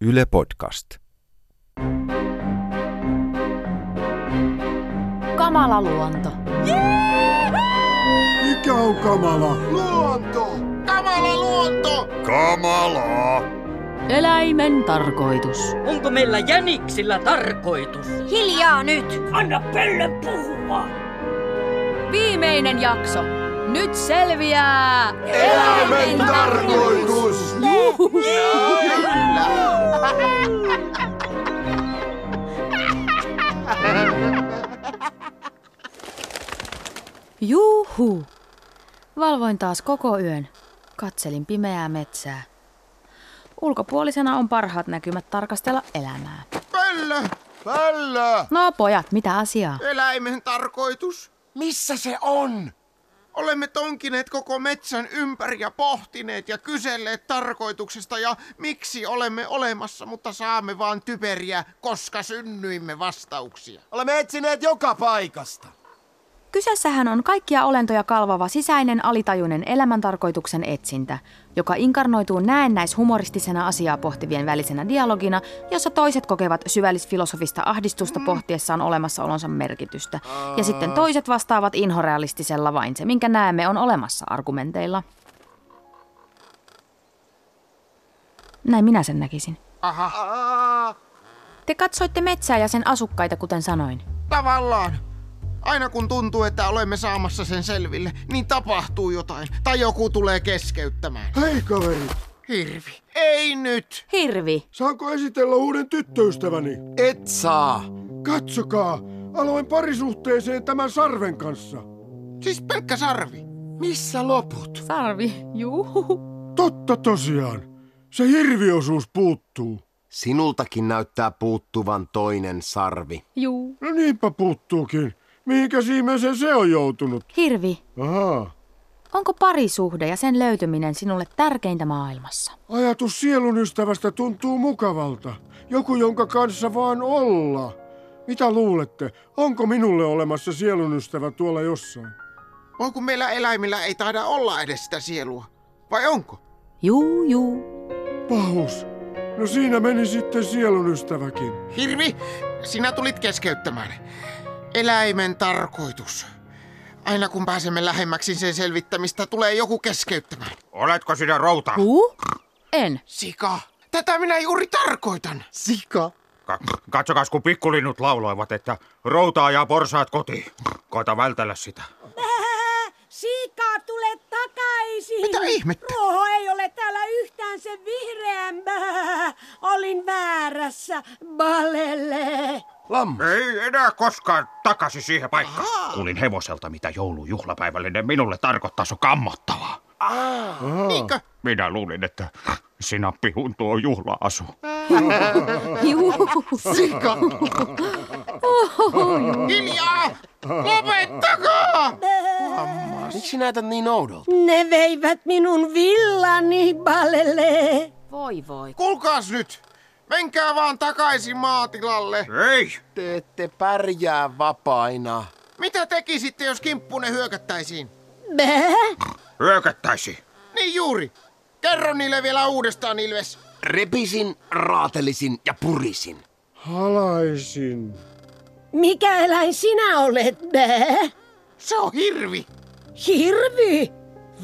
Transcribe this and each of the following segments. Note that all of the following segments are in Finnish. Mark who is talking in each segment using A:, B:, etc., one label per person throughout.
A: Yle Podcast.
B: Kamala luonto.
C: Mikä on kamala? Luonto! Kamala luonto! Kamalaa!
B: Eläimen tarkoitus.
D: Onko meillä jäniksillä tarkoitus?
B: Hiljaa nyt!
D: Anna pöllön puhua!
B: Viimeinen jakso. Nyt selviää!
C: Eläimen tarkoitus!
B: Juhu! Valvoin taas koko yön. Katselin pimeää metsää. Ulkopuolisena on parhaat näkymät tarkastella elämää.
C: Pöllö! Pöllö!
B: No pojat, mitä asiaa?
C: Eläimen tarkoitus? Missä se on? Olemme tonkineet koko metsän ympäri ja pohtineet ja kyselleet tarkoituksesta ja miksi olemme olemassa, mutta saamme vaan typeriä, koska synnyimme vastauksia.
E: Olemme etsineet joka paikasta.
B: Kyseessähän on kaikkia olentoja kalvava sisäinen alitajuinen elämäntarkoituksen etsintä, joka inkarnoituu näennäishumoristisena asiaa pohtivien välisenä dialogina, jossa toiset kokevat syvällisfilosofista ahdistusta pohtiessaan olemassaolonsa merkitystä, ja sitten toiset vastaavat inhorealistisella vain se, minkä näemme on olemassa argumenteilla. Näin minä sen näkisin.
C: Aha,
E: Aa,
B: Te katsoitte metsää ja sen asukkaita, kuten sanoin.
C: tavallaan. Aina kun tuntuu, että olemme saamassa sen selville, niin tapahtuu jotain. Tai joku tulee keskeyttämään.
F: Hei kaverit,
C: Hirvi. Ei nyt.
B: Hirvi.
F: saanko esitellä uuden tyttöystäväni?
E: et saa.
F: Katsokaa, aloin parisuhteeseen tämän sarven kanssa.
C: Siis pelkkä sarvi.
E: Missä loput?
B: Sarvi. Juhu.
F: Totta tosiaan, se hirviosuus puuttuu.
E: Sinultakin näyttää puuttuvan toinen sarvi.
B: Juu.
F: No niinpä puuttuukin. Mihinkä siimeeseen se on joutunut?
B: Hirvi.
F: Ahaa,
B: Onko parisuhde ja sen löytyminen sinulle tärkeintä maailmassa?
F: ajatus sielun ystävästä tuntuu mukavalta. Joku, jonka kanssa vaan olla. Mitä luulette, onko minulle olemassa sielun ystävä tuolla jossain?
C: Voi kun meillä eläimillä ei taida olla edes sitä sielua. Vai onko?
B: Juu, juu.
F: Pahus. No siinä meni sitten sielun ystäväkin.
C: Hirvi, sinä tulit keskeyttämään. Eläimen tarkoitus. Aina kun pääsemme lähemmäksi sen selvittämistä, tulee joku keskeyttämään. Oletko sinä routa?
B: Huu? En.
C: Sika. Tätä minä juuri tarkoitan.
E: Sika.
G: Ka- katsokas, kun pikkulinnut lauloivat, että routaa ja porsaat kotiin. Koita vältellä sitä.
H: Siika, tule takaisin!
C: Mitä ihmettä?
H: Ruoho ei ole täällä yhtään sen vihreämpää. Olin väärässä. Balele.
E: Lammas.
G: Ei enää koskaan takaisin siihen paikkaan. Kuulin hevoselta, mitä joulujuhlapäivällinen minulle tarkoittaa. Se on kammottavaa.
C: Niinkö?
G: Minä luulin, että sinappi huntu on juhlaasu.
B: Juu.
E: Sika.
C: Hiljaa! Lopettakaa!
E: Miksi näytät niin oudolta?
H: Ne veivät minun villani, balele.
B: Voi voi.
C: Kuulkaas nyt. Menkää vaan takaisin maatilalle.
G: Ei!
E: Te ette pärjää vapaina.
C: Mitä tekisitte, jos kimppuun hyökättäisiin?
H: Bäh?
G: Hyökättäisi.
C: Niin juuri. Kerro niille vielä uudestaan, Ilves.
E: Repisin, raatelisin ja purisin.
F: Halaisin.
H: Mikä eläin sinä olet, bäh?
C: Se on hirvi.
H: Hirvi!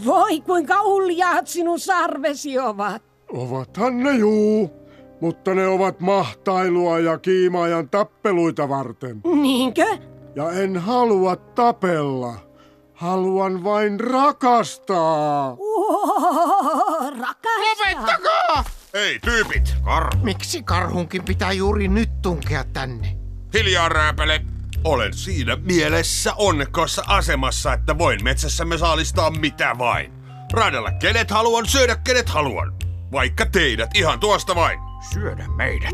H: Voi, kuinka uljaat sinun sarvesi ovat.
F: Ovathan ne juu, mutta ne ovat mahtailua ja kiimaajan tappeluita varten.
H: Niinkö?
F: Ja en halua tapella. Haluan vain rakastaa.
H: Oo, rakastaa.
C: Lopettakaa!
G: Ei, tyypit! Kar.
C: Miksi karhunkin pitää juuri nyt tunkea tänne?
I: Hiljaa rääpäle! Olen siinä mielessä onnekkaassa asemassa, että voin metsässämme saalistaa mitä vain. Radalla kenet haluan, syödä kenet haluan. Vaikka teidät ihan tuosta vain.
G: Syödä meidät.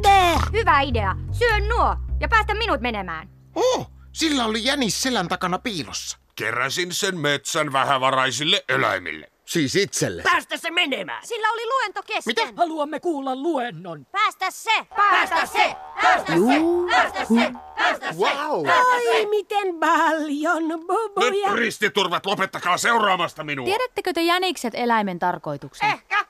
J: Hyvä idea. Syö nuo ja päästä minut menemään.
C: Oh, sillä oli jänis selän takana piilossa.
I: Keräsin sen metsän vähävaraisille eläimille.
E: Siis itselle.
D: Päästä se menemään!
J: Sillä oli luento kesken.
C: Mitä?
D: Haluamme kuulla luennon.
J: Päästä se! Päästä se! Päästä se! Päästä se! Päästä se!
E: Wow.
H: Oi, miten paljon
I: Nyt
H: bubuja.
I: ristiturvat, lopettakaa seuraamasta minua.
B: Eh. Tiedättekö te jänikset eläimen tarkoituksen?
J: Ehkä.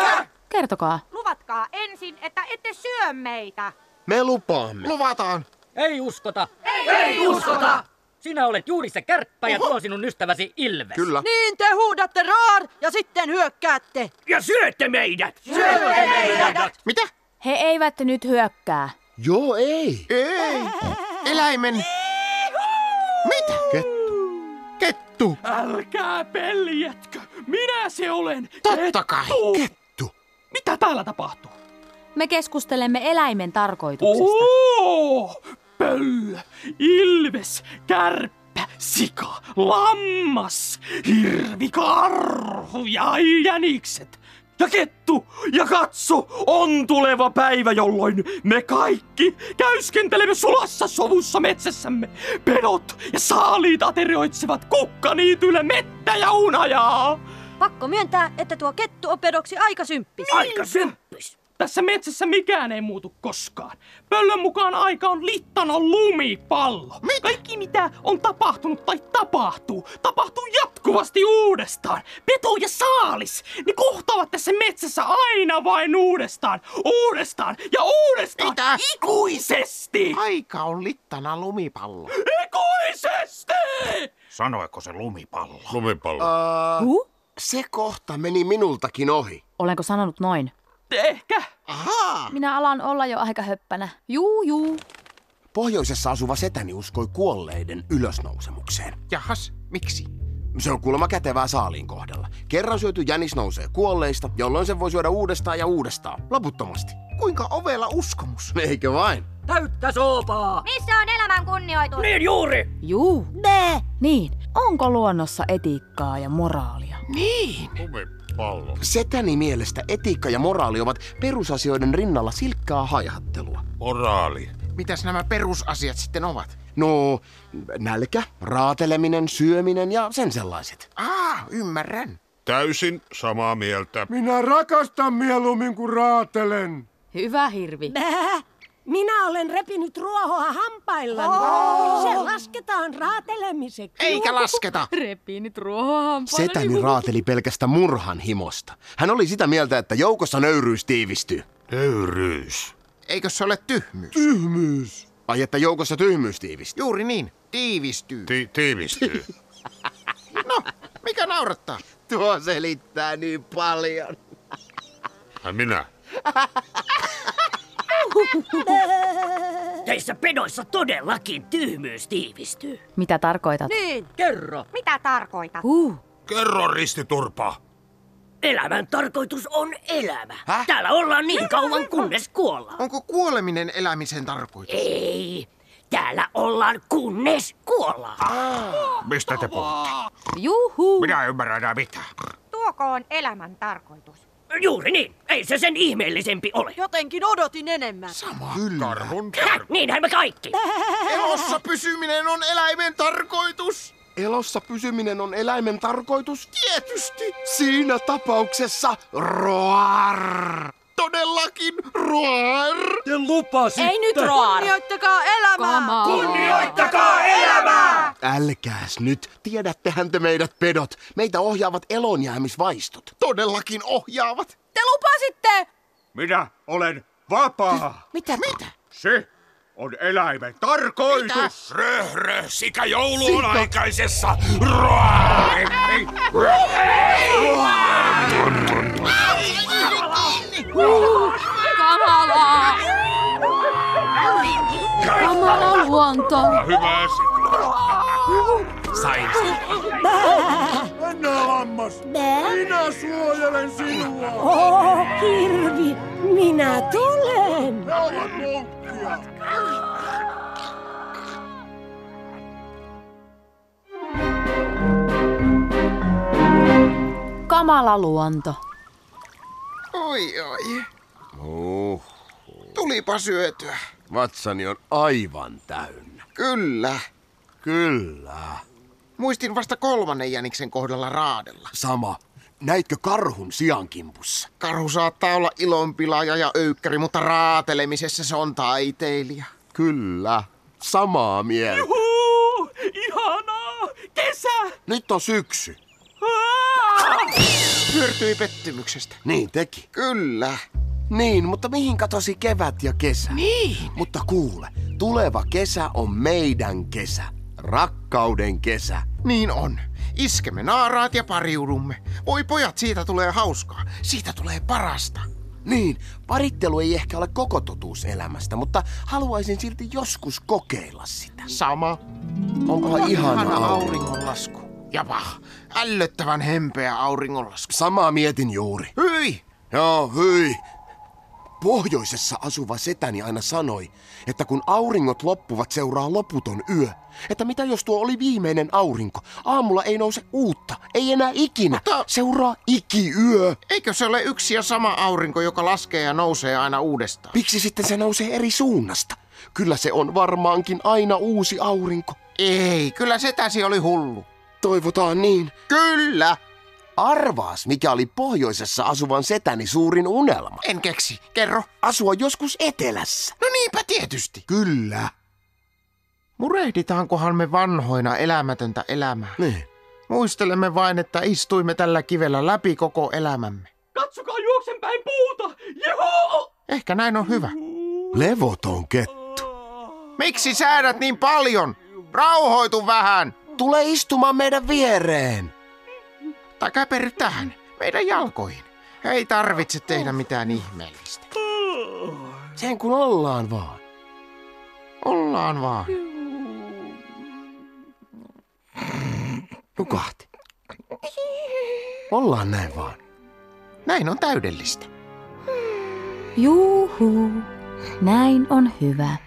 B: Kä- Kertokaa.
J: Luvatkaa ensin, että ette syö meitä.
E: Me lupaamme.
C: Luvataan.
D: Ei uskota.
J: Ei uskota!
D: Sinä olet juuri se kärppä ja tuo on sinun ystäväsi Ilves.
E: Kyllä.
A: Niin te huudatte raar ja sitten hyökkäätte.
D: Ja syötte meidät!
J: Syötte meidät!
C: Mitä?
B: He eivät nyt hyökkää.
E: Joo, ei.
C: Ei. Eläimen. Mitä? Kettu. Kettu.
K: Älkää peljätkö! Minä se olen!
C: Totta kai.
K: Kettu! Mitä täällä tapahtuu?
B: Me keskustelemme eläimen tarkoituksesta.
K: Oo! Pöllö, ilves, kärppä, sika, lammas, hirvi, karhu ja jänikset. Ja kettu, ja katso, on tuleva päivä, jolloin me kaikki käyskentelemme sulassa sovussa metsässämme. Pedot ja saaliit aterioitsevat kukkaniityllä mettä ja unajaa.
A: Pakko myöntää, että tuo kettu on pedoksi aika symppis.
K: Aika
H: Niin,
K: symppis. Tässä metsässä mikään ei muutu koskaan. Pöllön mukaan aika on littana lumipallo. Mitä? Kaikki mitä on tapahtunut tai tapahtuu, tapahtuu jatkuvasti uudestaan. Peto ja saalis, ne kohtaavat tässä metsässä aina vain uudestaan, uudestaan ja uudestaan.
C: Mitä?
K: Ikuisesti!
C: Aika on littana lumipallo.
K: Ikuisesti!
G: Sanoiko se lumipallo?
I: Lumipallo.
B: Huh?
E: Se kohta meni minultakin ohi.
B: Olenko sanonut noin?
K: Ehkä.
B: Minä alan olla jo aika höppänä. Juu, juu.
E: Pohjoisessa asuva setäni uskoi kuolleiden ylösnousemukseen.
C: Jahas, miksi?
E: Se on kuulemma kätevää saaliin kohdalla. Kerran syöty jänis nousee kuolleista, jolloin se voi syödä uudestaan ja uudestaan, loputtomasti.
C: Kuinka ovella uskomus?
E: Eikö vain?
D: Täyttä soopaa!
J: Missä on elämän kunnioitus?
D: Niin juuri!
B: Juu.
H: Bää.
B: Niin, onko luonnossa etiikkaa ja moraalia?
E: Niin.
I: Lumipallo.
E: Setäni mielestä etiikka ja moraali ovat perusasioiden rinnalla silkkaa haihattelua.
I: Moraali.
C: Mitäs nämä perusasiat sitten ovat?
E: No, nälkä, raateleminen, syöminen ja sen sellaiset.
C: Aa, ymmärrän.
I: Täysin samaa mieltä.
F: Minä rakastan mieluummin kuin raatelen.
B: Hyvä hirvi.
H: Bää. Minä olen repinyt ruohoa hampaillani. Se lasketaan raatelemiseksi.
C: Eikä lasketa.
B: Repii nyt ruohoampaa.
E: Setäni raateli pelkästä murhan himosta. Hän oli sitä mieltä, että joukossa nöyryys tiivistyy.
I: Nöyryys.
C: Eikö se ole tyhmyys?
F: Tyhmyys.
E: Ai että joukossa tyhmyys tiivistyy.
C: Juuri niin. Tiivistyy.
I: Ti- tiivistyy.
C: No, mikä naurattaa?
E: Tuo selittää niin paljon.
I: Ai minä.
D: Teissä pedoissa todellakin tyhmyys tiivistyy.
B: Mitä tarkoitat?
A: Niin.
D: Kerro,
J: Mitä tarkoitat?
B: Huh.
I: Kerro ristiturpa.
D: elämän tarkoitus on elämä. Häh? Täällä ollaan niin kauan kunnes kuollaan.
C: Onko kuoleminen elämisen tarkoitus?
D: Ei, täällä ollaan kunnes kuollaan.
G: Mistä te puhutte?
B: Juhu.
G: Minä en ymmärrä enää mitään.
J: Tuoko on elämän tarkoitus?
D: Juuri niin, ei se sen ihmeellisempi ole.
A: Jotenkin odotin enemmän.
I: Karhun
D: Häh, niinhän me kaikki.
C: Elossa pysyminen on eläimen tarkoitus.
E: Elossa pysyminen on eläimen tarkoitus?
C: Tietysti.
E: Siinä tapauksessa roar.
C: Todellakin. Roar.
D: Te lupasi.
A: Ei nyt roar. Kunnioittakaa elämää.
D: Kunnioittakaa elämää!
E: Älkääs nyt, tiedättehän te meidät pedot. Meitä ohjaavat elonjäämisvaistot.
C: Todellakin ohjaavat.
A: Te lupasitte.
G: Minä olen vapaa.
E: Mitä? Mitä?
G: Se on eläimen tarkoitus.
I: Röhrö, sika joulu on aikaisessa. Roar!
G: Ei, ei.
B: Kamalaa. Kamala luonto.
I: Hyvä sika.
E: Sain
F: Anna lammas.
H: Bää.
F: Minä suojelen sinua.
H: Oo, hirvi. Minä tulen.
F: Ne ovat loukkia.
B: Kamala luonto.
C: Oi, oi. Tulipa syötyä.
E: Vatsani on aivan täynnä.
C: Kyllä.
E: Kyllä.
C: Muistin vasta kolmannen jäniksen kohdalla raadella.
E: Sama. Näitkö karhun sijankimpussa?
C: Karhu saattaa olla ilonpilaaja ja öykkäri, mutta raatelemisessa se on taiteilija.
E: Kyllä. Samaa mieltä.
K: Huu, ihanaa! Kesä!
E: Nyt on syksy.
K: Aa!
C: Hyörtyi pettymyksestä.
F: Niin teki.
C: Kyllä.
F: Niin, mutta mihin katosi kevät ja kesä? Niin. Mutta kuule, tuleva kesä on meidän kesä. Rakkauden kesä.
C: Niin on. Iskemme naaraat ja pariudumme. Voi pojat, siitä tulee hauskaa. Siitä tulee parasta.
F: Niin, parittelu ei ehkä ole koko totuus elämästä, mutta haluaisin silti joskus kokeilla sitä.
C: Sama.
F: Onpa ihana aurinko.
C: auringonlasku. Japa, ällöttävän hempeä auringonlasku.
F: Samaa mietin juuri.
C: Hyi!
F: Joo, hyi. Pohjoisessa asuva setäni aina sanoi, että kun auringot loppuvat, seuraa loputon yö. Että mitä jos tuo oli viimeinen aurinko? Aamulla ei nouse uutta, ei enää ikinä.
C: Mutta-
F: Seuraa ikiyö.
C: Eikö se ole yksi ja sama aurinko, joka laskee ja nousee aina uudestaan?
F: Miksi sitten se nousee eri suunnasta? Kyllä se on varmaankin aina uusi aurinko.
C: Ei, kyllä setäsi oli hullu.
F: Toivotaan niin.
C: Kyllä!
F: Arvaas, mikä oli pohjoisessa asuvan setäni suurin unelma.
C: En keksi. Kerro.
F: Asua joskus etelässä.
C: No niinpä tietysti.
F: Kyllä.
C: Murehditaankohan me vanhoina elämätöntä elämää?
F: Niin.
C: Muistelemme vain, että istuimme tällä kivellä läpi koko elämämme.
L: Katsokaa juoksen päin puuta! Jeho!
C: Ehkä näin on hyvä.
F: Levoton kettu.
C: Miksi säädät niin paljon? Rauhoitu vähän!
F: Tule istumaan meidän viereen.
C: Tai käperry tähän, meidän jalkoihin. Ei tarvitse tehdä mitään ihmeellistä.
F: Sen kun ollaan vaan.
C: Ollaan vaan.
F: Nukahti. Ollaan näin vaan.
C: Näin on täydellistä.
B: Juhu, näin on hyvä.